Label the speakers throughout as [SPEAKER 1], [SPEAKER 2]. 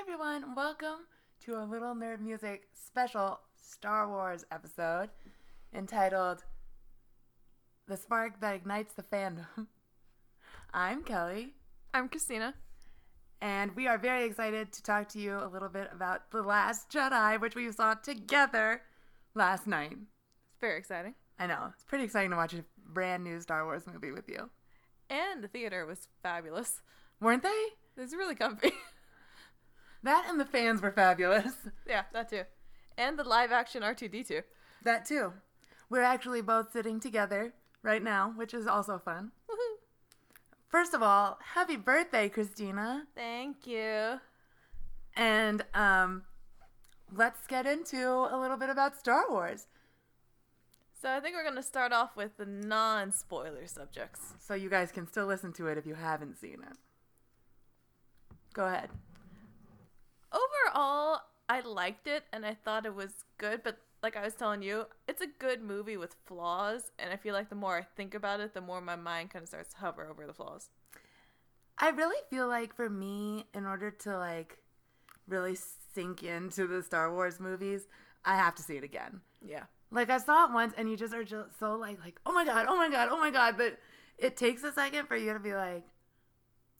[SPEAKER 1] everyone, welcome to our Little Nerd Music special Star Wars episode entitled The Spark That Ignites the Fandom. I'm Kelly,
[SPEAKER 2] I'm Christina.
[SPEAKER 1] and we are very excited to talk to you a little bit about The Last Jedi, which we saw together last night.
[SPEAKER 2] It's very exciting.
[SPEAKER 1] I know, it's pretty exciting to watch a brand new Star Wars movie with you.
[SPEAKER 2] And the theater was fabulous.
[SPEAKER 1] Weren't they?
[SPEAKER 2] It was really comfy.
[SPEAKER 1] That and the fans were fabulous.
[SPEAKER 2] yeah, that too. And the live action R2D2.
[SPEAKER 1] That too. We're actually both sitting together right now, which is also fun.
[SPEAKER 2] Woohoo!
[SPEAKER 1] First of all, happy birthday, Christina.
[SPEAKER 2] Thank you.
[SPEAKER 1] And um, let's get into a little bit about Star Wars.
[SPEAKER 2] So I think we're going to start off with the non spoiler subjects.
[SPEAKER 1] So you guys can still listen to it if you haven't seen it. Go ahead.
[SPEAKER 2] Overall, I liked it and I thought it was good, but like I was telling you, it's a good movie with flaws, and I feel like the more I think about it, the more my mind kind of starts to hover over the flaws.
[SPEAKER 1] I really feel like for me, in order to like really sink into the Star Wars movies, I have to see it again.
[SPEAKER 2] Yeah.
[SPEAKER 1] Like I saw it once, and you just are just so like, like, oh my god, oh my god, oh my god. But it takes a second for you to be like,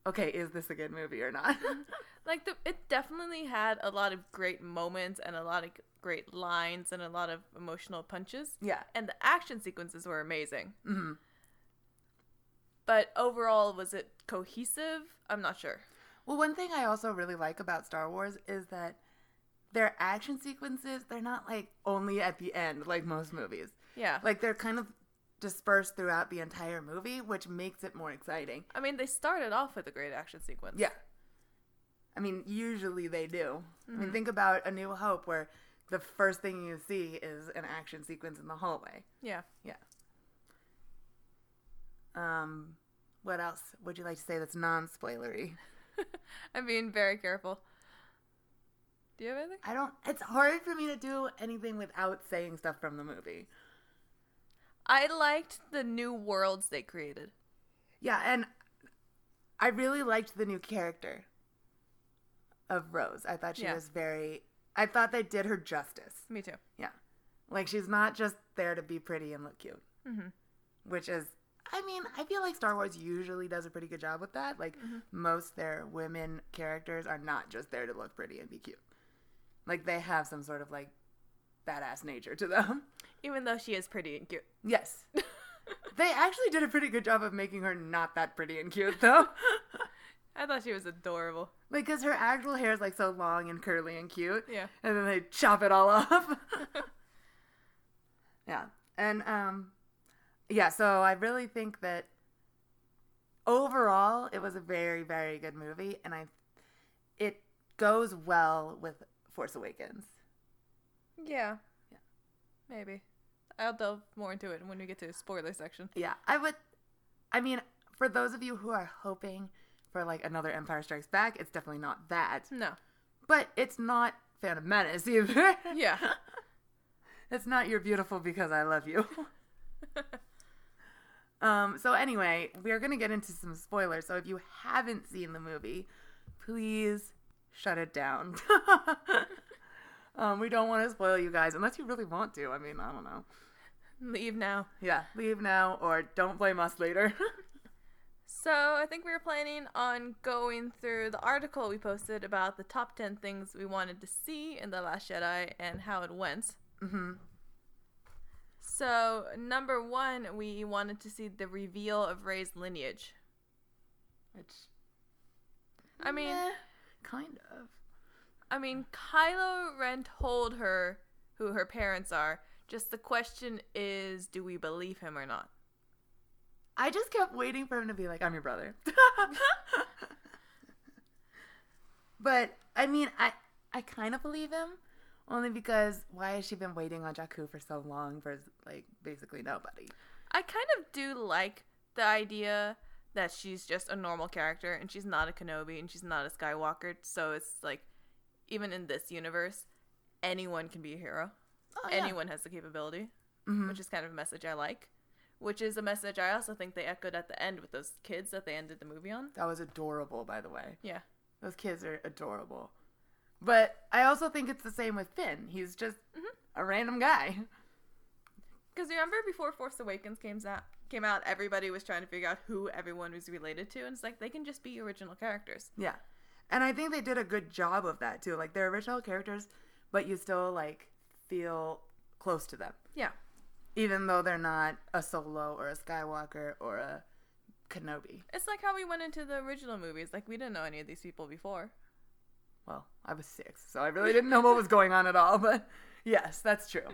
[SPEAKER 1] okay, is this a good movie or not?
[SPEAKER 2] like the it definitely had a lot of great moments and a lot of great lines and a lot of emotional punches
[SPEAKER 1] yeah.
[SPEAKER 2] and the action sequences were amazing
[SPEAKER 1] hmm
[SPEAKER 2] but overall was it cohesive i'm not sure
[SPEAKER 1] Well, one thing I also really like about Star Wars is that their action sequences they're not like only at the end like most movies.
[SPEAKER 2] yeah
[SPEAKER 1] Like they're kind of dispersed throughout the entire movie, which makes it more exciting.
[SPEAKER 2] i mean they started off with a great action sequence
[SPEAKER 1] Yeah. I mean, usually they do. I mean, think about A New Hope where the first thing you see is an action sequence in the hallway.
[SPEAKER 2] yeah
[SPEAKER 1] Yeah. Um, what else would you like to say that's non-spoilery?
[SPEAKER 2] i'm being very careful do you have anything
[SPEAKER 1] I don't. It's hard for me to do anything without saying stuff from the movie.
[SPEAKER 2] i liked the new worlds they created
[SPEAKER 1] Yeah, and I really liked the new character of Rose. I thought she
[SPEAKER 2] Yeah.
[SPEAKER 1] was very. I thought they did her justice.
[SPEAKER 2] me too
[SPEAKER 1] Yeah, like she's not just there to be pretty and look cute,
[SPEAKER 2] Mhm.
[SPEAKER 1] which is. I mean, I feel like Star Wars usually does a pretty good job with that. Like most their women characters are not just there to look pretty and be cute. Like they have some sort of like badass nature to them.
[SPEAKER 2] even though she is pretty and cute
[SPEAKER 1] Yes. they actually did a pretty good job of making her not that pretty and cute, though.
[SPEAKER 2] i thought she was adorable
[SPEAKER 1] like, because her actual hair is, like, so long and curly and cute.
[SPEAKER 2] yeah
[SPEAKER 1] And then they chop it all off. yeah. And, um, yeah, so I really think that overall, it was a very, very good movie. And I, it goes well with Force Awakens.
[SPEAKER 2] Yeah. Maybe. I'll delve more into it when we get to the spoiler section.
[SPEAKER 1] Yeah, I would. I mean, for those of you who are hoping for like another Empire Strikes Back, it's definitely not that.
[SPEAKER 2] No.
[SPEAKER 1] But it's not Phantom Menace either.
[SPEAKER 2] Yeah.
[SPEAKER 1] it's not You're Beautiful Because I Love You. um, so, anyway, we're going to get into some spoilers. So, if you haven't seen the movie, please shut it down. um, we don't want to spoil you guys unless you really want to. I mean, I don't know.
[SPEAKER 2] Leave now.
[SPEAKER 1] Yeah, leave now or don't blame us later.
[SPEAKER 2] So I think we were planning on going through the article we posted about the top 10 things we wanted to see in The Last Jedi and how it went.
[SPEAKER 1] hmm
[SPEAKER 2] So, number one, we wanted to see the reveal of Rey's lineage.
[SPEAKER 1] Which
[SPEAKER 2] I mean,
[SPEAKER 1] Meh, kind of.
[SPEAKER 2] I mean, Kylo Ren told her who her parents are. Just the question is, do we believe him or not?
[SPEAKER 1] I just kept waiting for him to be like, "I'm your brother." but I mean, I I kind of believe him, only because why has she been waiting on Jakku for so long for like basically nobody?
[SPEAKER 2] I kind of do like the idea that she's just a normal character and she's not a Kenobi and she's not a Skywalker. So it's like, even in this universe, anyone can be a hero.
[SPEAKER 1] Oh,
[SPEAKER 2] anyone has the capability,
[SPEAKER 1] Mhm.
[SPEAKER 2] which is kind of a message I like. Which is a message I also think they echoed at the end with those kids that they ended the movie on.
[SPEAKER 1] That was adorable, by the way.
[SPEAKER 2] Yeah.
[SPEAKER 1] Those kids are adorable. But I also think it's the same with Finn. He's just
[SPEAKER 2] Mhm.
[SPEAKER 1] a random guy.
[SPEAKER 2] Because remember before Force Awakens came out, came out, everybody was trying to figure out who everyone was related to, and it's like they can just be original characters.
[SPEAKER 1] Yeah. And I think they did a good job of that too. Like they're original characters, but you still like feel close to them.
[SPEAKER 2] Yeah,
[SPEAKER 1] Even though they're not a solo or a Skywalker or a Kenobi.
[SPEAKER 2] it's like how we went into the original movies. Like we didn't know any of these people before.
[SPEAKER 1] Well, I was six, so I really didn't know what was going on at all, but yes, that's true.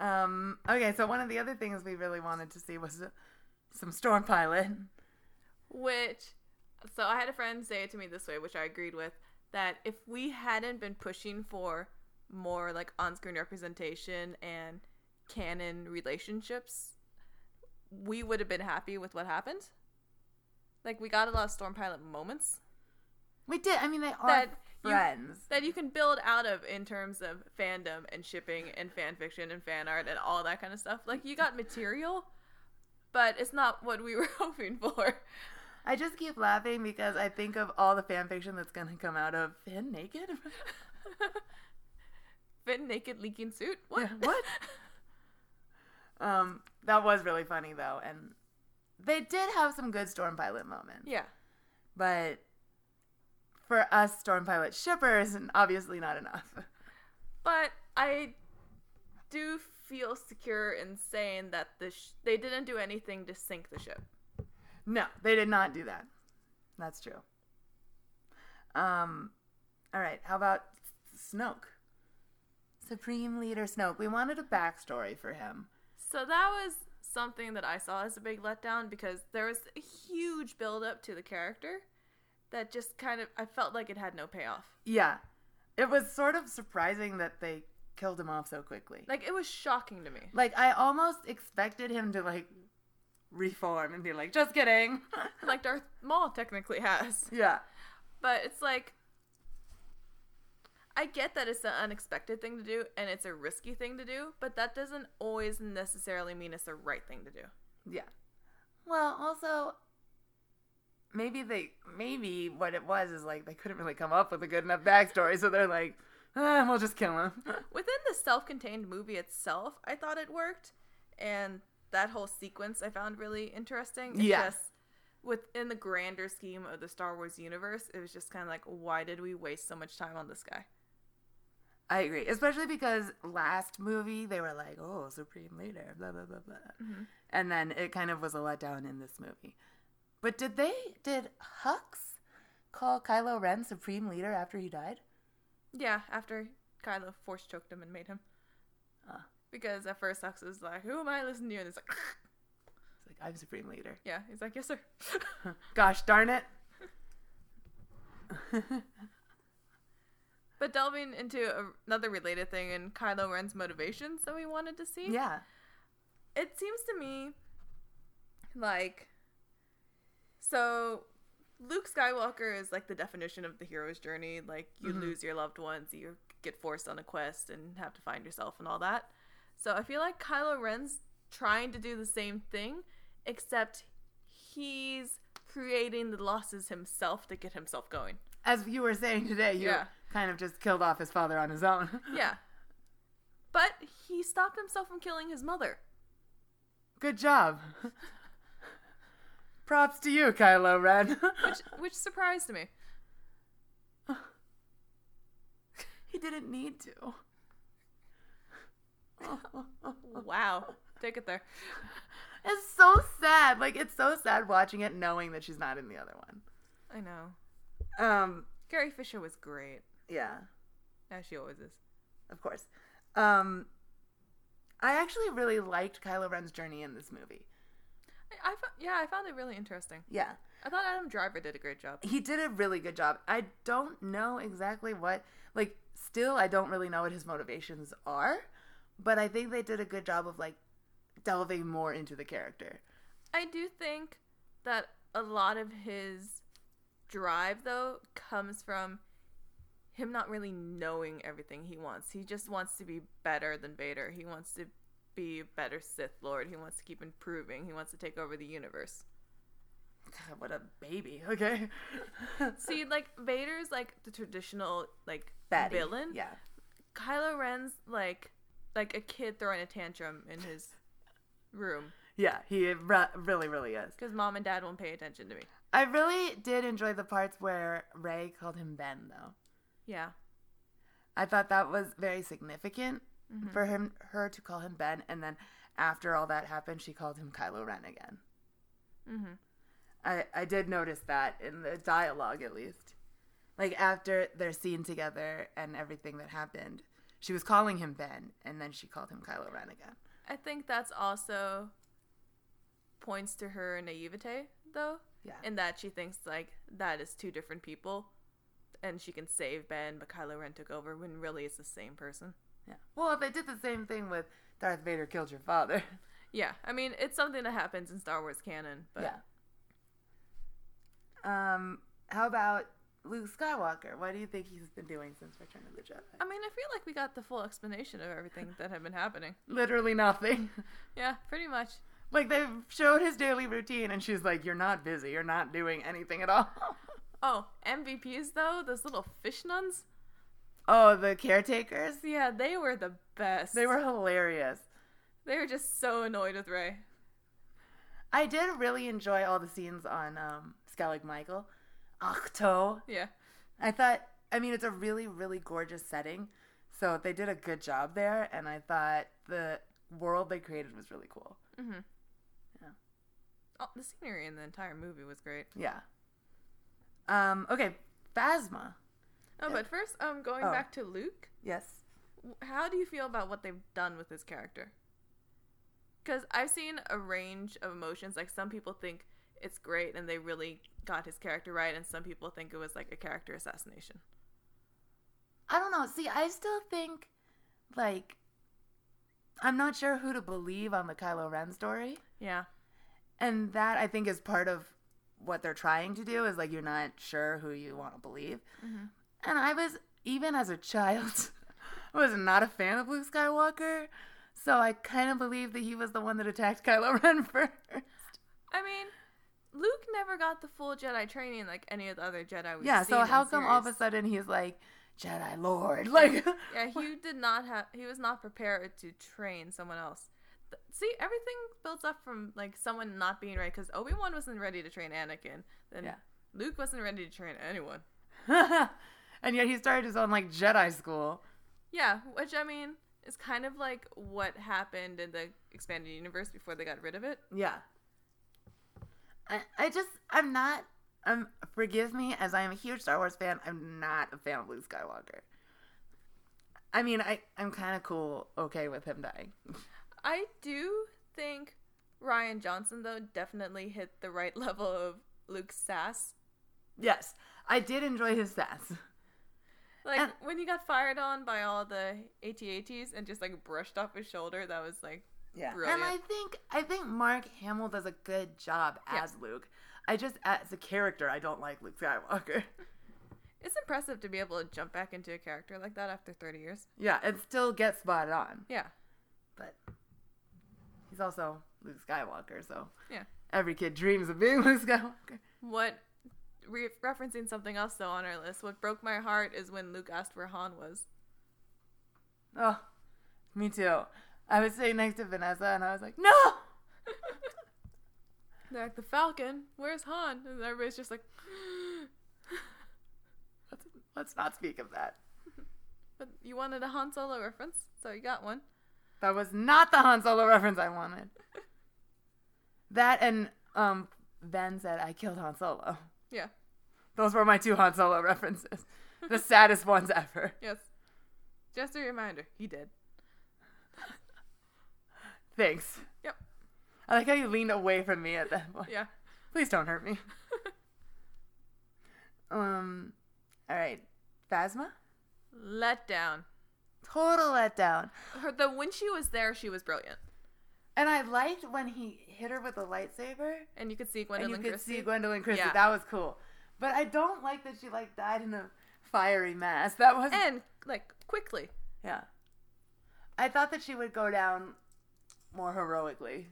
[SPEAKER 1] Um, okay, so one of the other things we really wanted to see was uh, some storm pilot.
[SPEAKER 2] Which, so I had a friend say it to me this way, which I agreed with, that if we hadn't been pushing for more like on screen representation and canon relationships, we would have been happy with what happened. Like, we got a lot of Storm Pilot moments
[SPEAKER 1] We did. I mean, they are
[SPEAKER 2] That you-
[SPEAKER 1] friends.
[SPEAKER 2] that you can build out of in terms of fandom and shipping and fan fiction and fan art and all that kind of stuff. Like, you got material, but it's not what we were hoping for.
[SPEAKER 1] I just keep laughing because I think of all the fan fiction that's gonna come out of Finn naked.
[SPEAKER 2] Fit naked leaking suit? What?
[SPEAKER 1] Yeah, what? um, that was really funny though, and they did have some good storm pilot moments.
[SPEAKER 2] yeah.
[SPEAKER 1] But for us storm pilot shippers, and obviously not enough.
[SPEAKER 2] But I do feel secure in saying that the sh- they didn't do anything to sink the ship.
[SPEAKER 1] No, they did not do that. That's true. Um, all right. How about Snoke? Supreme Leader Snoke. We wanted a backstory for him.
[SPEAKER 2] So that was something that I saw as a big letdown because there was a huge build up to the character that just kind of I felt like it had no payoff.
[SPEAKER 1] Yeah. It was sort of surprising that they killed him off so quickly. Like,
[SPEAKER 2] Like it was shocking to me.
[SPEAKER 1] I almost expected him to like reform and be like, just kidding.
[SPEAKER 2] Like Darth Maul technically has.
[SPEAKER 1] yeah.
[SPEAKER 2] But it's like I get that it's an unexpected thing to do and it's a risky thing to do, but that doesn't always necessarily mean it's the right thing to do.
[SPEAKER 1] Yeah. Well, also maybe they maybe what it was is like they couldn't really come up with a good enough backstory, so they're like, ah, we'll just kill him.
[SPEAKER 2] Within the self-contained movie itself, I thought it worked, and that whole sequence I found really interesting. It's
[SPEAKER 1] Yeah.
[SPEAKER 2] just within the grander scheme of the Star Wars universe, it was just kind of like, why did we waste so much time on this guy?
[SPEAKER 1] I agree, especially because last movie they were like, "Oh, supreme leader," blah blah blah blah,
[SPEAKER 2] Mhm.
[SPEAKER 1] and then it kind of was a letdown in this movie. But did they did Hux call Kylo Ren supreme leader after he died?
[SPEAKER 2] Yeah, after Kylo force choked him and made him.
[SPEAKER 1] Ah.
[SPEAKER 2] Because at first Hux was like, "Who am I listening to?" And it's like,
[SPEAKER 1] It's like I'm supreme leader.
[SPEAKER 2] "Yeah." He's like, "Yes, sir."
[SPEAKER 1] Gosh darn it!
[SPEAKER 2] But delving into a- another related thing and Kylo Ren's motivations that we wanted to see,
[SPEAKER 1] Yeah,
[SPEAKER 2] it seems to me like so Luke Skywalker is like the definition of the hero's journey. Like you
[SPEAKER 1] Mhm.
[SPEAKER 2] lose your loved ones, you get forced on a quest and have to find yourself and all that. So I feel like Kylo Ren's trying to do the same thing, except he's creating the losses himself to get himself going.
[SPEAKER 1] as you were saying today, you
[SPEAKER 2] Yeah.
[SPEAKER 1] kind of just killed off his father on his own.
[SPEAKER 2] Yeah. But he stopped himself from killing his mother.
[SPEAKER 1] Good job. Props to you, Kylo Ren.
[SPEAKER 2] Which which surprised me.
[SPEAKER 1] he didn't need to.
[SPEAKER 2] Wow. Take it there.
[SPEAKER 1] It's so sad. Like it's so sad watching it knowing that she's not in the other one.
[SPEAKER 2] I know.
[SPEAKER 1] Um
[SPEAKER 2] Carrie Fisher was great.
[SPEAKER 1] yeah,
[SPEAKER 2] As she always is.
[SPEAKER 1] of course. Um I actually really liked Kylo Ren's journey in this movie.
[SPEAKER 2] I, I fo- yeah, I found it really interesting.
[SPEAKER 1] Yeah.
[SPEAKER 2] I thought Adam Driver did a great job.
[SPEAKER 1] He did a really good job. I don't know exactly what like still I don't really know what his motivations are, but I think they did a good job of like delving more into the character.
[SPEAKER 2] I do think that a lot of his drive though comes from him not really knowing everything he wants. He just wants to be better than Vader. He wants to be a better Sith Lord. He wants to keep improving. He wants to take over the universe.
[SPEAKER 1] God, what a baby. Okay.
[SPEAKER 2] See, like Vader's like the traditional like
[SPEAKER 1] Fatty.
[SPEAKER 2] villain.
[SPEAKER 1] Yeah.
[SPEAKER 2] Kylo Ren's like like a kid throwing a tantrum in his room
[SPEAKER 1] Yeah, he re- really, really is.
[SPEAKER 2] because mom and dad won't pay attention to me.
[SPEAKER 1] I really did enjoy the parts where Ray called him Ben, though.
[SPEAKER 2] Yeah.
[SPEAKER 1] I thought that was very significant
[SPEAKER 2] Mhm.
[SPEAKER 1] for him, her to call him Ben, and then after all that happened, she called him Kylo Ren again.
[SPEAKER 2] Mm-hmm.
[SPEAKER 1] I, I did notice that in the dialogue at least. Like after their scene together and everything that happened, she was calling him Ben and then she called him Kylo Ren again.
[SPEAKER 2] I think that's also points to her naivete though,
[SPEAKER 1] Yeah.
[SPEAKER 2] in that she thinks like that is two different people, and she can save Ben, but Kylo Ren took over when really it's the same person.
[SPEAKER 1] yeah. Well, they did the same thing with Darth Vader killed your father.
[SPEAKER 2] Yeah, I mean it's something that happens in Star Wars canon, but
[SPEAKER 1] yeah. Um how about Luke Skywalker? What do you think he's been doing since Return of the Jedi?
[SPEAKER 2] I mean I feel like we got the full explanation of everything that had been happening.
[SPEAKER 1] Literally nothing.
[SPEAKER 2] Yeah, pretty much.
[SPEAKER 1] like they showed his daily routine and she's like you're not busy, you're not doing anything at all.
[SPEAKER 2] Oh, MVPs though, those little fish nuns.
[SPEAKER 1] oh, the caretakers?
[SPEAKER 2] Yeah, they were the best.
[SPEAKER 1] They were hilarious.
[SPEAKER 2] they were just so annoyed with Ray.
[SPEAKER 1] I did really enjoy all the scenes on um, Skellig Michael. Octo.
[SPEAKER 2] Yeah.
[SPEAKER 1] I thought, I mean, it's a really, really gorgeous setting. So they did a good job there. And I thought the world they created was really cool.
[SPEAKER 2] Mm-hmm.
[SPEAKER 1] Yeah.
[SPEAKER 2] Oh, the scenery in the entire movie was great.
[SPEAKER 1] Yeah. Um, okay, Phasma. Yeah.
[SPEAKER 2] Oh, but first, um, going
[SPEAKER 1] Oh.
[SPEAKER 2] back to Luke,
[SPEAKER 1] Yes.
[SPEAKER 2] w- how do you feel about what they've done with his character? Because I've seen a range of emotions. Like some people think it's great and they really got his character right, and some people think it was like a character assassination.
[SPEAKER 1] I don't know. See, I still think, like, I'm not sure who to believe on the Kylo Ren story.
[SPEAKER 2] Yeah.
[SPEAKER 1] and that i think is part of what they're trying to do is like you're not sure who you want to believe
[SPEAKER 2] Mhm.
[SPEAKER 1] and i was even as a child i was not a fan of luke skywalker so i kind of believe that he was the one that attacked kylo ren first
[SPEAKER 2] I mean, Luke never got the full Jedi training like any of the other Jedi we've
[SPEAKER 1] yeah
[SPEAKER 2] seen.
[SPEAKER 1] so
[SPEAKER 2] in
[SPEAKER 1] how come all of a
[SPEAKER 2] series.
[SPEAKER 1] sudden he's like jedi lord like
[SPEAKER 2] Yeah, he did not have. He was not prepared to train someone else. Th- See, everything builds up from like someone not being ready because Obi Wan wasn't ready to train Anakin. Then
[SPEAKER 1] Yeah.
[SPEAKER 2] Luke wasn't ready to train anyone.
[SPEAKER 1] and yet he started his own like jedi school
[SPEAKER 2] Yeah, which I mean is kind of like what happened in the expanded universe before they got rid of it.
[SPEAKER 1] Yeah. I, I just I'm not um forgive me as I am a huge Star Wars fan, I'm not a fan of Luke Skywalker. I mean, I I'm kind of cool okay with him dying.
[SPEAKER 2] I do think Ryan Johnson though definitely hit the right level of Luke's sass.
[SPEAKER 1] Yes, I did enjoy his sass.
[SPEAKER 2] Like
[SPEAKER 1] And-
[SPEAKER 2] when he got fired on by all the ATATs and just like brushed off his shoulder, that was like
[SPEAKER 1] Yeah.
[SPEAKER 2] Brilliant.
[SPEAKER 1] And I think I think Mark Hamill does a good job
[SPEAKER 2] Yeah.
[SPEAKER 1] as Luke. I just as a character, I don't like Luke Skywalker.
[SPEAKER 2] It's impressive to be able to jump back into a character like that after 30 years.
[SPEAKER 1] Yeah, and still gets spotted on.
[SPEAKER 2] Yeah.
[SPEAKER 1] but he's also Luke Skywalker, so
[SPEAKER 2] Yeah.
[SPEAKER 1] every kid dreams of being Luke Skywalker.
[SPEAKER 2] What, re- referencing something else though on our list, what broke my heart is when Luke asked where Han was.
[SPEAKER 1] Oh, me too. I was sitting next to Vanessa, and I was like, no.
[SPEAKER 2] They're like, the Falcon, where's Han? And everybody's just like,
[SPEAKER 1] Let's, let's not speak of that.
[SPEAKER 2] but you wanted a Han Solo reference, so you got one.
[SPEAKER 1] That was not the Han Solo reference I wanted. That and um, Ben said I killed Han Solo.
[SPEAKER 2] Yeah.
[SPEAKER 1] Those were my two Han Solo references, the saddest ones ever.
[SPEAKER 2] Yes. Just a reminder, he did.
[SPEAKER 1] Thanks.
[SPEAKER 2] Yep.
[SPEAKER 1] I like how you leaned away from me at that point.
[SPEAKER 2] Yeah.
[SPEAKER 1] Please don't hurt me. um, all right, Phasma.
[SPEAKER 2] Let down.
[SPEAKER 1] Total letdown.
[SPEAKER 2] Her, the when she was there, she was brilliant,
[SPEAKER 1] And I liked when he hit her with the lightsaber,
[SPEAKER 2] and you could see
[SPEAKER 1] and
[SPEAKER 2] Gwendolyn
[SPEAKER 1] you could
[SPEAKER 2] Christie.
[SPEAKER 1] see Gwendolyn Christie.
[SPEAKER 2] Yeah.
[SPEAKER 1] That was cool. But I don't like that she like died in a fiery mass. That was
[SPEAKER 2] and like quickly.
[SPEAKER 1] yeah. I thought that she would go down more heroically.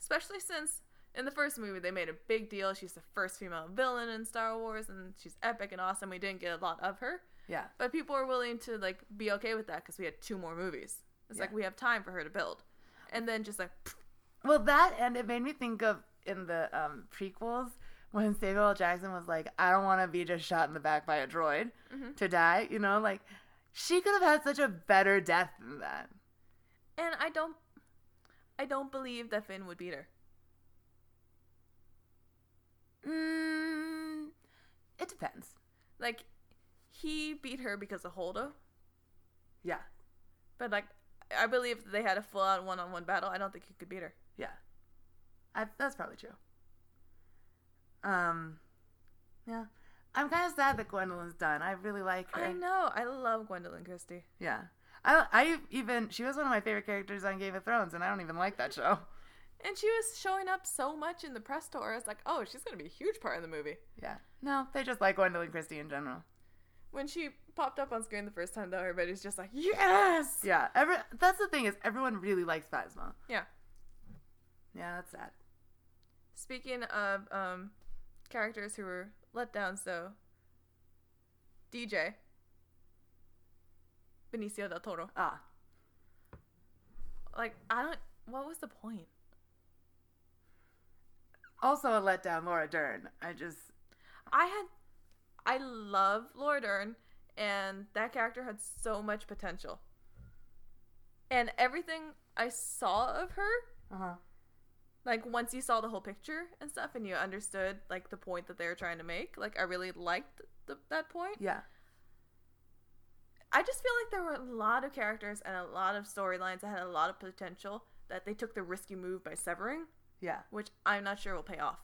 [SPEAKER 2] especially since in the first movie they made a big deal. She's the first female villain in Star Wars, and she's epic and awesome. We didn't get a lot of her,
[SPEAKER 1] Yeah.
[SPEAKER 2] but people are willing to like be okay with that because we had two more movies. It's like
[SPEAKER 1] Yeah.
[SPEAKER 2] we have time for her to build, and then just like
[SPEAKER 1] Well, that and it made me think of in the um, prequels when Samuel L. Jackson was like, "I don't want to be just shot in the back by a droid
[SPEAKER 2] Mm-hmm.
[SPEAKER 1] to die," you know, like she could have had such a better death than that.
[SPEAKER 2] And I don't I don't believe that Finn would beat her.
[SPEAKER 1] Mm, it depends.
[SPEAKER 2] Like he beat her because of Holdo,
[SPEAKER 1] Yeah,
[SPEAKER 2] but like I believe that they had a full out one on one battle. I don't think he could beat her.
[SPEAKER 1] yeah, I, that's probably true. Um, yeah, I'm kind of sad that Gwendolyn's done. I really like her.
[SPEAKER 2] I know. I love Gwendolyn Christie.
[SPEAKER 1] Yeah, I, I even she was one of my favorite characters on Game of Thrones, and I don't even like that show.
[SPEAKER 2] And she was showing up so much in the press tour. I was like, oh, she's going to be a huge part in the movie.
[SPEAKER 1] Yeah. No, they just like Gwendolyn Christie in general.
[SPEAKER 2] When she popped up on screen the first time, though, everybody's just like, yes!
[SPEAKER 1] Yeah. Every that's the thing is everyone really likes Phasma.
[SPEAKER 2] Yeah.
[SPEAKER 1] Yeah, that's sad.
[SPEAKER 2] Speaking of um, characters who were let down, so DJ Benicio del Toro.
[SPEAKER 1] Ah.
[SPEAKER 2] Like I don't. What was the point?
[SPEAKER 1] Also a letdown, Laura Dern. I just
[SPEAKER 2] I had. I love Laura Dern, and that character had so much potential. And everything I saw of her,
[SPEAKER 1] uh-huh.
[SPEAKER 2] like once you saw the whole picture and stuff, and you understood like the point that they were trying to make, like I really liked the, that point.
[SPEAKER 1] Yeah.
[SPEAKER 2] I just feel like there were a lot of characters and a lot of storylines that had a lot of potential that they took the risky move by severing,
[SPEAKER 1] Yeah.
[SPEAKER 2] which I'm not sure will pay off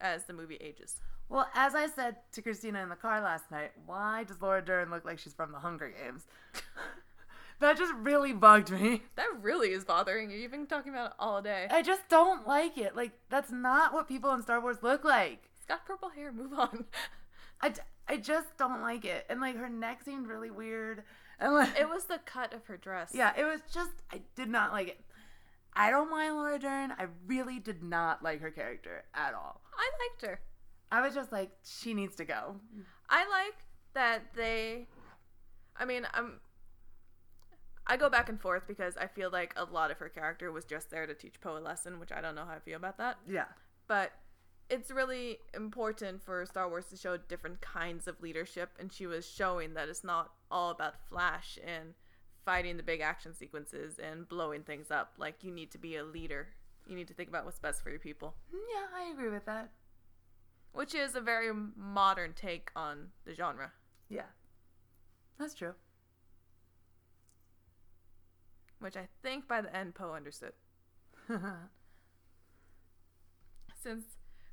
[SPEAKER 2] as the movie ages.
[SPEAKER 1] Well, as I said to Christina in the car last night, why does Laura Dern look like she's from the Hunger Games? that just really bugged me.
[SPEAKER 2] That really is bothering you. You've been talking about it all day.
[SPEAKER 1] I just don't like it. Like that's not what people in Star Wars look like.
[SPEAKER 2] It's got purple hair. Move on.
[SPEAKER 1] I, d- I just don't like it. And like her neck seemed really weird. And like
[SPEAKER 2] it was the cut of her dress.
[SPEAKER 1] Yeah, it was just I did not like it. I don't mind Laura Dern. I really did not like her character at all.
[SPEAKER 2] I liked her.
[SPEAKER 1] I was just like, she needs to go.
[SPEAKER 2] I like that they. I mean, I'm. I go back and forth because I feel like a lot of her character was just there to teach Poe a lesson, which I don't know how I feel about that.
[SPEAKER 1] Yeah,
[SPEAKER 2] but it's really important for Star Wars to show different kinds of leadership, and she was showing that it's not all about flash and fighting the big action sequences and blowing things up. Like, you need to be a leader. You need to think about what's best for your people,
[SPEAKER 1] yeah, I agree with that.
[SPEAKER 2] which is a very modern take on the genre.
[SPEAKER 1] Yeah, that's true.
[SPEAKER 2] which I think by the end Poe understood. Since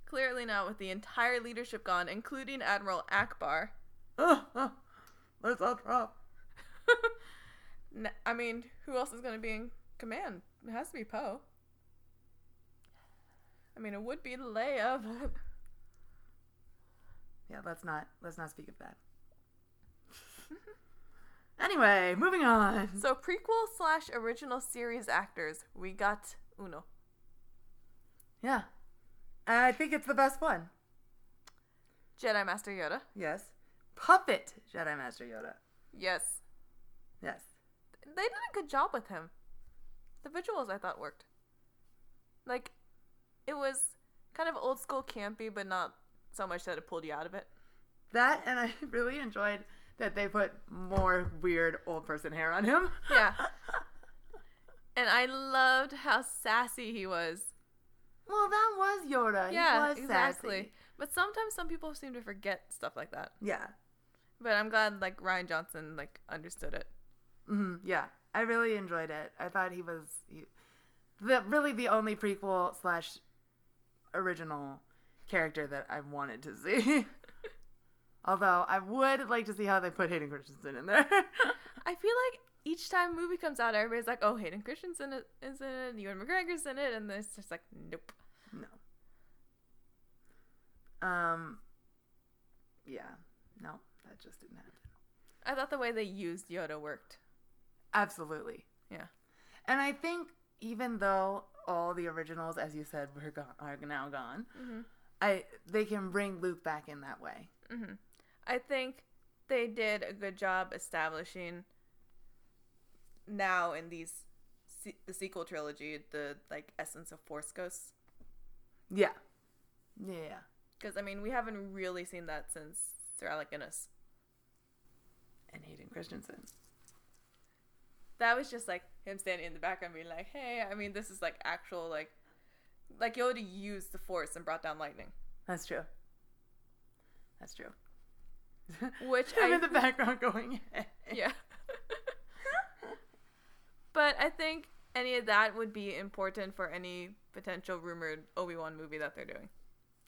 [SPEAKER 2] clearly now with the entire leadership gone, including Admiral Akbar,
[SPEAKER 1] Oh, let's all drop.
[SPEAKER 2] n- I mean, who else is going to be in command? It has to be Poe. I mean, it would be Leia, but
[SPEAKER 1] Yeah, let's not let's not speak of that. anyway, moving on.
[SPEAKER 2] so prequel slash original series actors, we got Uno.
[SPEAKER 1] Yeah, I think it's the best one.
[SPEAKER 2] Jedi Master Yoda.
[SPEAKER 1] Yes, puppet Jedi Master Yoda.
[SPEAKER 2] Yes.
[SPEAKER 1] Yes,
[SPEAKER 2] They did a good job with him. The visuals I thought worked. Like, it was kind of old school campy, but not so much that it pulled you out of it.
[SPEAKER 1] That and I really enjoyed that they put more weird old person hair on him.
[SPEAKER 2] Yeah. and I loved how sassy he was.
[SPEAKER 1] Well, that was Yoda.
[SPEAKER 2] yeah,
[SPEAKER 1] he was
[SPEAKER 2] exactly.
[SPEAKER 1] sassy.
[SPEAKER 2] But sometimes some people seem to forget stuff like that.
[SPEAKER 1] Yeah.
[SPEAKER 2] But I'm glad like Ryan Johnson like understood it.
[SPEAKER 1] hmm Yeah. I really enjoyed it. I thought he was he, the really the only prequel slash original character that I wanted to see. Although I would like to see how they put Hayden Christensen in there.
[SPEAKER 2] I feel like each time a movie comes out, everybody's like, "Oh, Hayden Christensen is- is in it, Ewan McGregor's in it," and then it's just like, "Nope."
[SPEAKER 1] no. Um. Yeah. No, that just didn't happen.
[SPEAKER 2] I thought the way they used Yoda worked.
[SPEAKER 1] Absolutely.
[SPEAKER 2] Yeah.
[SPEAKER 1] And I think even though all the originals, as you said, were gone, are now gone.
[SPEAKER 2] hmm
[SPEAKER 1] I they can bring Luke back in that way.
[SPEAKER 2] hmm I think they did a good job establishing now in these se- the sequel trilogy the like essence of Force Ghosts
[SPEAKER 1] Yeah, yeah, yeah.
[SPEAKER 2] because I mean we haven't really seen that since Sir Alec Guinness.
[SPEAKER 1] and Hayden Christensen.
[SPEAKER 2] That was just like him standing in the background being like, "Hey, I mean this is like actual like like Yoda used the Force and brought down lightning."
[SPEAKER 1] That's true. That's true.
[SPEAKER 2] Which
[SPEAKER 1] I'm
[SPEAKER 2] I-
[SPEAKER 1] in the background going.
[SPEAKER 2] yeah. but I think any of that would be important for any potential rumored Obi Wan movie that they're doing.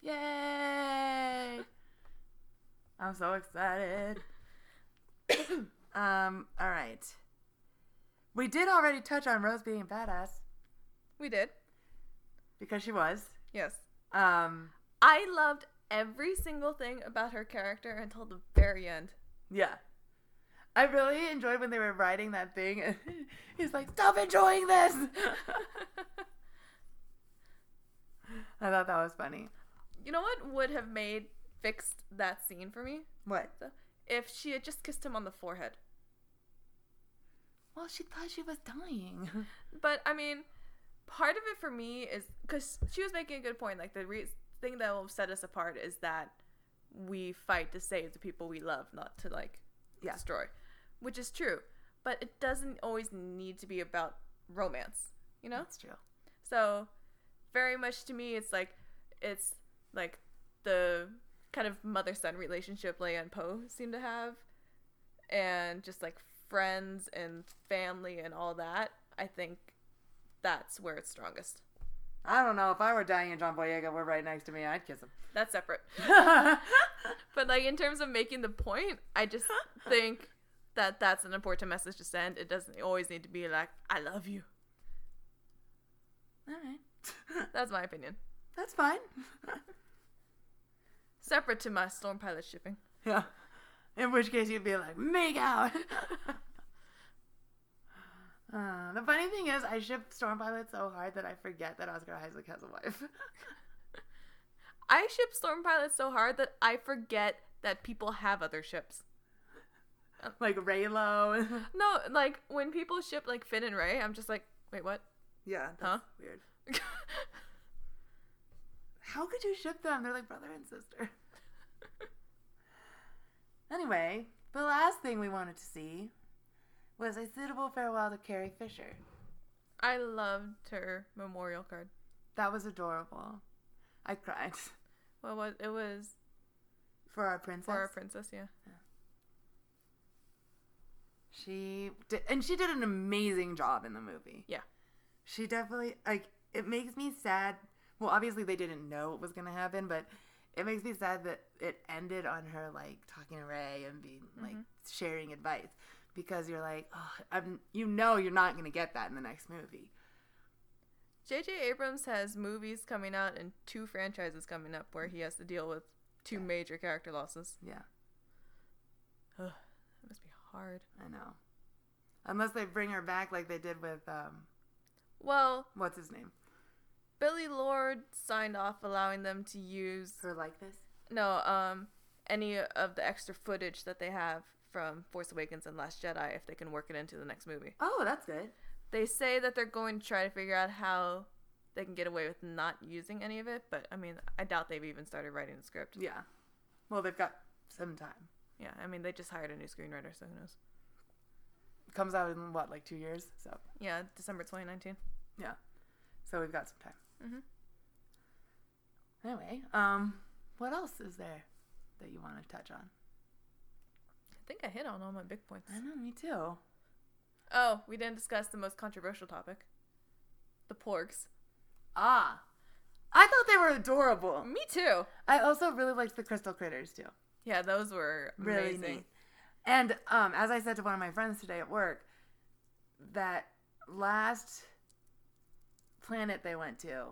[SPEAKER 1] Yay! I'm so excited. um. All right. We did already touch on Rose being badass
[SPEAKER 2] We did.
[SPEAKER 1] because she was.
[SPEAKER 2] Yes.
[SPEAKER 1] Um.
[SPEAKER 2] I loved every single thing about her character until the very end.
[SPEAKER 1] Yeah. I really enjoyed when they were writing that thing. And he's like, "Stop enjoying this." I thought that was funny.
[SPEAKER 2] you know what would have made fixed that scene for me?
[SPEAKER 1] What?
[SPEAKER 2] If she had just kissed him on the forehead.
[SPEAKER 1] Well, she thought she was dying.
[SPEAKER 2] But I mean, part of it for me is because she was making a good point. Like the re- thing that will set us apart is that we fight to save the people we love, not to like
[SPEAKER 1] Yeah.
[SPEAKER 2] destroy, which is true. But it doesn't always need to be about romance, you know.
[SPEAKER 1] That's true.
[SPEAKER 2] So very much to me, it's like it's like the kind of mother son relationship Leia and Poe seem to have, and just like friends and family and all that. I think that's where it's strongest.
[SPEAKER 1] I don't know. If I were Diane and John Boyega were right next to me, I'd kiss him.
[SPEAKER 2] That's separate. But like in terms of making the point, I just think that that's an important message to send. It doesn't always need to be like I love you.
[SPEAKER 1] All right.
[SPEAKER 2] That's my opinion.
[SPEAKER 1] That's fine.
[SPEAKER 2] Separate to my storm pilot shipping.
[SPEAKER 1] yeah. In which case, you'd be like, make out. Uh, the funny thing is, I ship Storm Pilot so hard that I forget that Oscar Isaac has a wife.
[SPEAKER 2] I ship storm pilots so hard that I forget that people have other ships.
[SPEAKER 1] like Raylo.
[SPEAKER 2] No, like when people ship like Finn and Ray, I'm just like, wait, what?
[SPEAKER 1] yeah. That's
[SPEAKER 2] Huh?
[SPEAKER 1] Weird. How could you ship them? They're like brother and sister. anyway, the last thing we wanted to see was a suitable farewell to Carrie Fisher.
[SPEAKER 2] I loved her memorial card.
[SPEAKER 1] That was adorable. I cried
[SPEAKER 2] What was it was
[SPEAKER 1] for our princess.
[SPEAKER 2] for our princess? Yeah,
[SPEAKER 1] she did, and she did an amazing job in the movie.
[SPEAKER 2] Yeah.
[SPEAKER 1] She definitely like it makes me sad. Well, obviously they didn't know it was going to happen, but it makes me sad that it ended on her like talking to Ray and being like sharing advice because you're like, oh, I'm, you know, you're not going to get that in the next movie.
[SPEAKER 2] J.J. Abrams has movies coming out and two franchises coming up where he has to deal with two major character losses.
[SPEAKER 1] Yeah,
[SPEAKER 2] Ugh, that must be hard.
[SPEAKER 1] I know. Unless they bring her back like they did with um,
[SPEAKER 2] Well,
[SPEAKER 1] what's his name?
[SPEAKER 2] Billy Lord signed off allowing them to use
[SPEAKER 1] Her like this.
[SPEAKER 2] No, um, any of the extra footage that they have from Force Awakens and Last Jedi, if they can work it into the next movie.
[SPEAKER 1] Oh, that's good.
[SPEAKER 2] They say that they're going to try to figure out how they can get away with not using any of it, but I mean, I doubt they've even started writing the script.
[SPEAKER 1] Yeah. Well, they've got some time.
[SPEAKER 2] Yeah, I mean, they just hired a new screenwriter, so who knows?
[SPEAKER 1] Comes out in what, like two years? So,
[SPEAKER 2] Yeah, December 2019.
[SPEAKER 1] yeah. So we've got some time.
[SPEAKER 2] Mhm. Mm-hmm.
[SPEAKER 1] Anyway, um, what else is there that you want to touch on?
[SPEAKER 2] I think I hit on all my big points.
[SPEAKER 1] I know, me too.
[SPEAKER 2] Oh, we didn't discuss the most controversial topic the porgs.
[SPEAKER 1] Ah. I thought they were adorable.
[SPEAKER 2] Me too.
[SPEAKER 1] I also really liked the crystal critters too.
[SPEAKER 2] Yeah, those were
[SPEAKER 1] Really
[SPEAKER 2] amazing.
[SPEAKER 1] neat. And um, as I said to one of my friends today at work, that last planet they went to,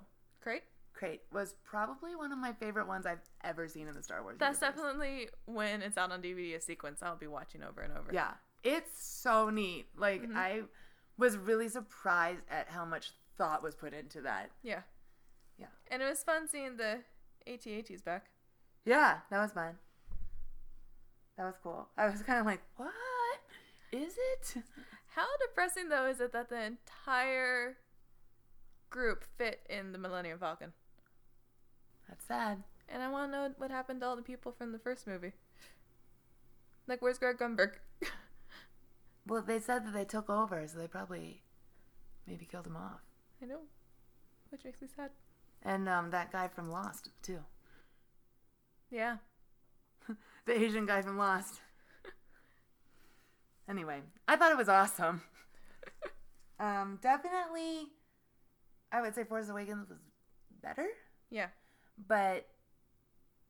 [SPEAKER 2] Great.
[SPEAKER 1] Crate, was probably one of my favorite ones I've ever seen in the Star Wars.
[SPEAKER 2] That's
[SPEAKER 1] universe.
[SPEAKER 2] definitely when it's out on DVD a sequence I'll be watching over and over.
[SPEAKER 1] Yeah. It's so neat. Like
[SPEAKER 2] Mhm.
[SPEAKER 1] I was really surprised at how much thought was put into that.
[SPEAKER 2] Yeah.
[SPEAKER 1] Yeah.
[SPEAKER 2] And it was fun seeing the ATATs back.
[SPEAKER 1] Yeah, that was fun. That was cool. I was kind of like, what is it?
[SPEAKER 2] How depressing though is it that the entire group fit in the Millennium Falcon?
[SPEAKER 1] That's sad.
[SPEAKER 2] And I want to know what happened to all the people from the first movie. Like, where's Greg Grunberg?
[SPEAKER 1] Well, they said that they took over, so they probably maybe killed him off.
[SPEAKER 2] I know, which makes me sad.
[SPEAKER 1] And um, that guy from Lost too.
[SPEAKER 2] Yeah.
[SPEAKER 1] The Asian guy from Lost. anyway, I thought it was awesome. um, definitely, I would say Force Awakens was better,
[SPEAKER 2] Yeah.
[SPEAKER 1] but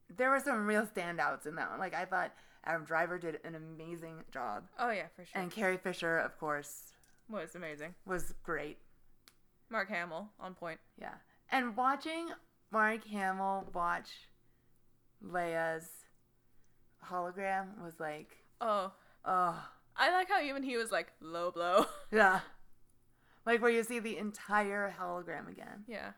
[SPEAKER 1] there were some real standouts in that one. Like I thought Adam Driver did an amazing job,
[SPEAKER 2] Oh, yeah, for sure.
[SPEAKER 1] and Carrie Fisher, of course,
[SPEAKER 2] Was amazing.
[SPEAKER 1] was great.
[SPEAKER 2] Mark Hamill, on point.
[SPEAKER 1] Yeah. And watching Mark Hamill watch Leia's hologram was like,
[SPEAKER 2] Oh,
[SPEAKER 1] oh,
[SPEAKER 2] I like how even he was like, low blow.
[SPEAKER 1] yeah. Like where you see the entire hologram again.
[SPEAKER 2] yeah.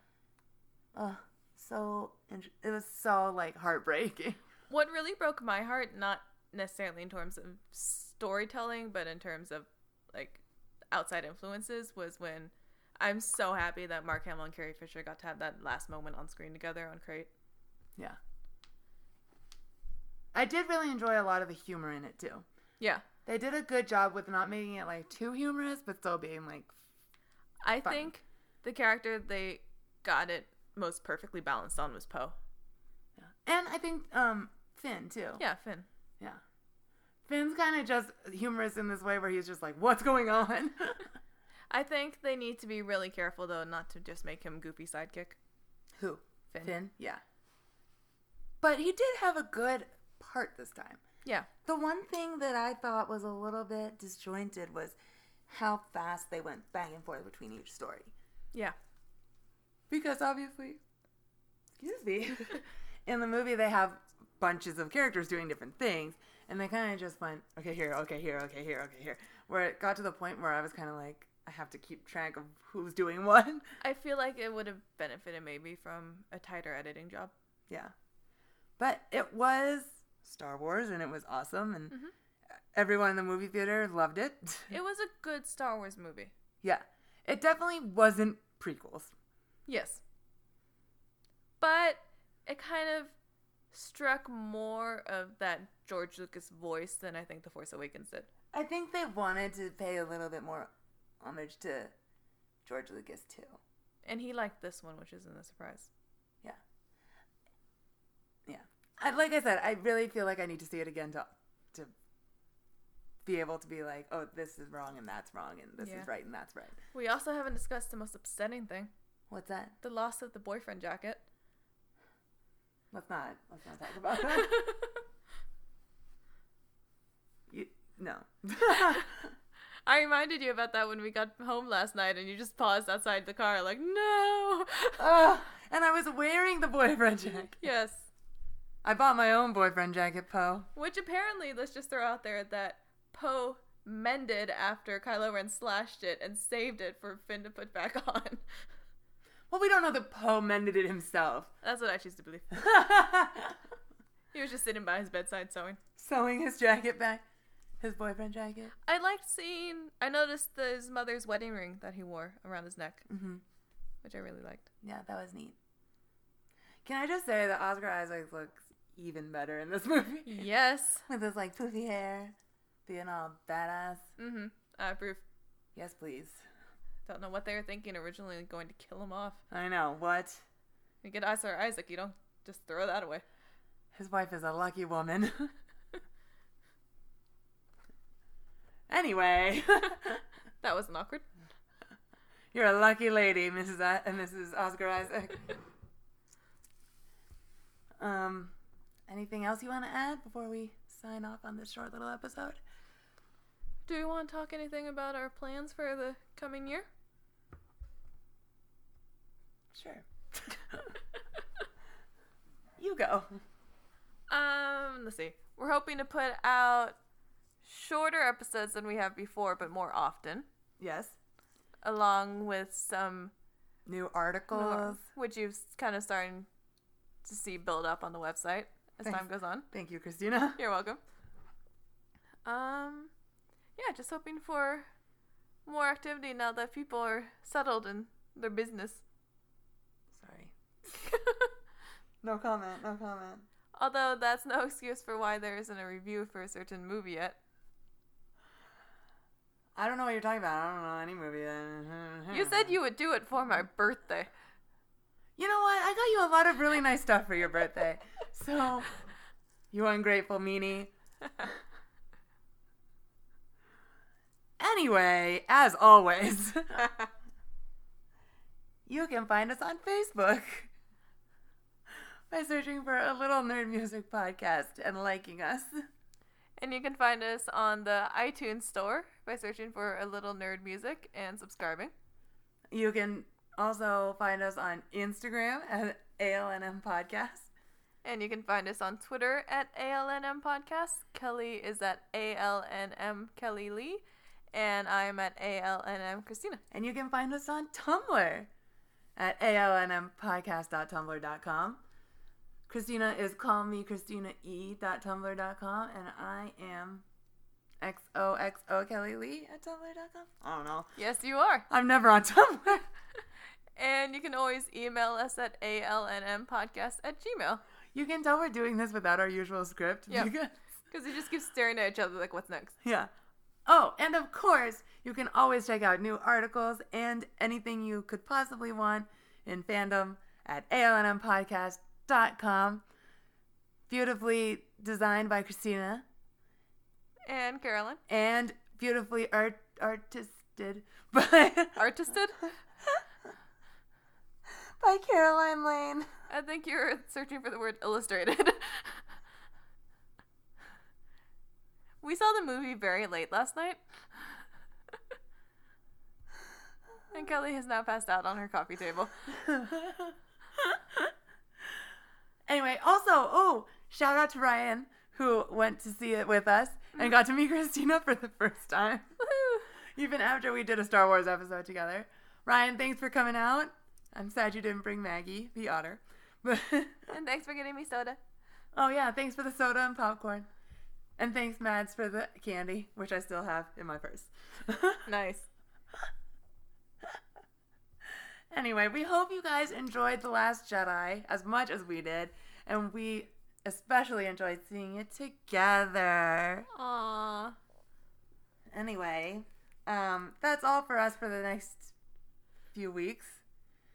[SPEAKER 1] Oh, so int- it was so like heartbreaking.
[SPEAKER 2] What really broke my heart, not necessarily in terms of storytelling, but in terms of like outside influences, was when I'm so happy that Mark Hamill and Carrie Fisher got to have that last moment on screen together on Crate.
[SPEAKER 1] Yeah. I did really enjoy a lot of the humor in it too.
[SPEAKER 2] Yeah.
[SPEAKER 1] They did a good job with not making it like too humorous, but still being like,
[SPEAKER 2] I
[SPEAKER 1] Fun.
[SPEAKER 2] think the character they got it most perfectly balanced on was Poe.
[SPEAKER 1] yeah. and I think um Finn too.
[SPEAKER 2] Yeah, Finn.
[SPEAKER 1] Yeah. Finn's kind of just humorous in this way where he's just like, what's going on?
[SPEAKER 2] I think they need to be really careful though not to just make him goofy sidekick.
[SPEAKER 1] Who?
[SPEAKER 2] Finn.
[SPEAKER 1] Finn? Yeah. But he did have a good part this time.
[SPEAKER 2] Yeah.
[SPEAKER 1] The one thing that I thought was a little bit disjointed was how fast they went back and forth between each story.
[SPEAKER 2] Yeah.
[SPEAKER 1] Because obviously, excuse me, in the movie they have bunches of characters doing different things, and they kind of just went, okay, here, okay, here, okay, here, okay, here. Where it got to the point where I was kind of like, I have to keep track of who's doing what.
[SPEAKER 2] I feel like it would have benefited maybe from a tighter editing job.
[SPEAKER 1] Yeah. But it was Star Wars, and it was awesome, and everyone in the movie theater loved it.
[SPEAKER 2] It was a good Star Wars movie.
[SPEAKER 1] yeah. It definitely wasn't prequels.
[SPEAKER 2] Yes. But it kind of struck more of that George Lucas voice than I think The Force Awakens did.
[SPEAKER 1] I think they wanted to pay a little bit more homage to George Lucas, too.
[SPEAKER 2] And he liked this one, which isn't a surprise.
[SPEAKER 1] Yeah. Yeah. I, like I said, I really feel like I need to see it again to to be able to be like, oh, this is wrong and that's wrong and this
[SPEAKER 2] Yeah.
[SPEAKER 1] is right and that's right.
[SPEAKER 2] We also haven't discussed the most upsetting thing
[SPEAKER 1] What's that?
[SPEAKER 2] the loss of the boyfriend jacket.
[SPEAKER 1] Let's not let's not talk about that. you, no.
[SPEAKER 2] I reminded you about that when we got home last night and you just paused outside the car like, no.
[SPEAKER 1] Ugh. and I was wearing the boyfriend jacket.
[SPEAKER 2] yes.
[SPEAKER 1] I bought my own boyfriend jacket, Poe.
[SPEAKER 2] Which apparently, let's just throw out there that Poe mended after Kylo Ren slashed it and saved it for Finn to put back on.
[SPEAKER 1] Well, we don't know that Poe mended it himself.
[SPEAKER 2] That's what I choose to believe. He was just sitting by his bedside sewing.
[SPEAKER 1] Sewing his jacket back. His boyfriend jacket.
[SPEAKER 2] I liked seeing. I noticed the, his mother's wedding ring that he wore around his neck,
[SPEAKER 1] Mm-hmm.
[SPEAKER 2] which I really liked.
[SPEAKER 1] Yeah, that was neat. Can I just say that Oscar Isaac looks even better in this movie?
[SPEAKER 2] Yes.
[SPEAKER 1] With his like poofy hair, being all badass.
[SPEAKER 2] Mm-hmm. I approve.
[SPEAKER 1] Yes, please.
[SPEAKER 2] Don't know what they were thinking originally, going to kill him off.
[SPEAKER 1] I know, what?
[SPEAKER 2] You get Oscar Isaac, you don't just throw that away.
[SPEAKER 1] His wife is a lucky woman. anyway,
[SPEAKER 2] That wasn't awkward.
[SPEAKER 1] you're a lucky lady, Mrs. I- uh, Mrs. Oscar Isaac. um, anything else you want to add before we sign off on this short little episode?
[SPEAKER 2] Do we want to talk anything about our plans for the coming year?
[SPEAKER 1] Sure. you go.
[SPEAKER 2] Um, let's see. We're hoping to put out shorter episodes than we have before, but more often,
[SPEAKER 1] Yes.
[SPEAKER 2] along with some
[SPEAKER 1] New articles.
[SPEAKER 2] which you've kind of starting to see build up on the website as time
[SPEAKER 1] Thanks.
[SPEAKER 2] goes on.
[SPEAKER 1] Thank you, Christina.
[SPEAKER 2] You're welcome. Um, yeah, just hoping for more activity now that people are settled in their business.
[SPEAKER 1] Sorry. No comment. No comment.
[SPEAKER 2] Although that's no excuse for why there isn't a review for a certain movie yet.
[SPEAKER 1] I don't know what you're talking about. I don't know any movie.
[SPEAKER 2] You
[SPEAKER 1] Hmm.
[SPEAKER 2] said you would do it for my birthday.
[SPEAKER 1] You know what? I got you a lot of really nice stuff for your birthday. So, you ungrateful meanie. Anyway, as always, you can find us on Facebook by searching for a little nerd music podcast and liking us.
[SPEAKER 2] and you can find us on the iTunes store by searching for a little nerd music and subscribing.
[SPEAKER 1] You can also find us on Instagram at ALNM Podcast.
[SPEAKER 2] And you can find us on Twitter at ALNM Podcast. Kelly is at ALNM Kelly Lee. And I'm at ALNM Christina.
[SPEAKER 1] And you can find us on Tumblr at alnmpodcast.tumblr.com. Christina is E callmechristinaae.tumblr.com and I am XOXO Kelly Lee at tumblr.com. I don't know.
[SPEAKER 2] Yes, you are.
[SPEAKER 1] I'm never on Tumblr.
[SPEAKER 2] And you can always email us at ALNMPodcast at Gmail.
[SPEAKER 1] You can tell we're doing this without our usual script.
[SPEAKER 2] Yep.
[SPEAKER 1] because-
[SPEAKER 2] Because we just keep staring at each other like, what's next?
[SPEAKER 1] yeah. Oh, and of course, you can always check out new articles and anything you could possibly want in fandom at alnmpodcast.com. Beautifully designed by Christina
[SPEAKER 2] And Carolyn,
[SPEAKER 1] and beautifully art artisted by,
[SPEAKER 2] artisted?
[SPEAKER 1] by Caroline Lane.
[SPEAKER 2] I think you're searching for the word illustrated. we saw the movie very late last night. and Kelly has now passed out on her coffee table.
[SPEAKER 1] anyway, also, oh, shout out to Ryan who went to see it with us and got to meet Christina for the first time. Even after we did a Star Wars episode together. Ryan, thanks for coming out. I'm sad you didn't bring Maggie, the otter. But
[SPEAKER 2] And thanks for getting me soda.
[SPEAKER 1] oh yeah, thanks for the soda and popcorn. And thanks, Mads, for the candy, which I still have in my purse.
[SPEAKER 2] Nice.
[SPEAKER 1] Anyway, we hope you guys enjoyed The Last Jedi as much as we did, and we especially enjoyed seeing it together.
[SPEAKER 2] Aww.
[SPEAKER 1] Anyway, um, that's all for us for the next few weeks.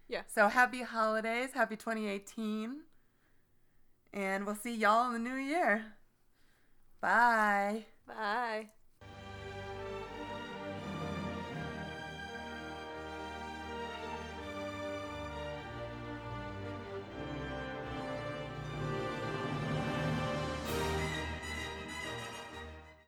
[SPEAKER 2] Yeah.
[SPEAKER 1] So happy holidays, happy 2018, and we'll see y'all in the new year. Bye.
[SPEAKER 2] Bye.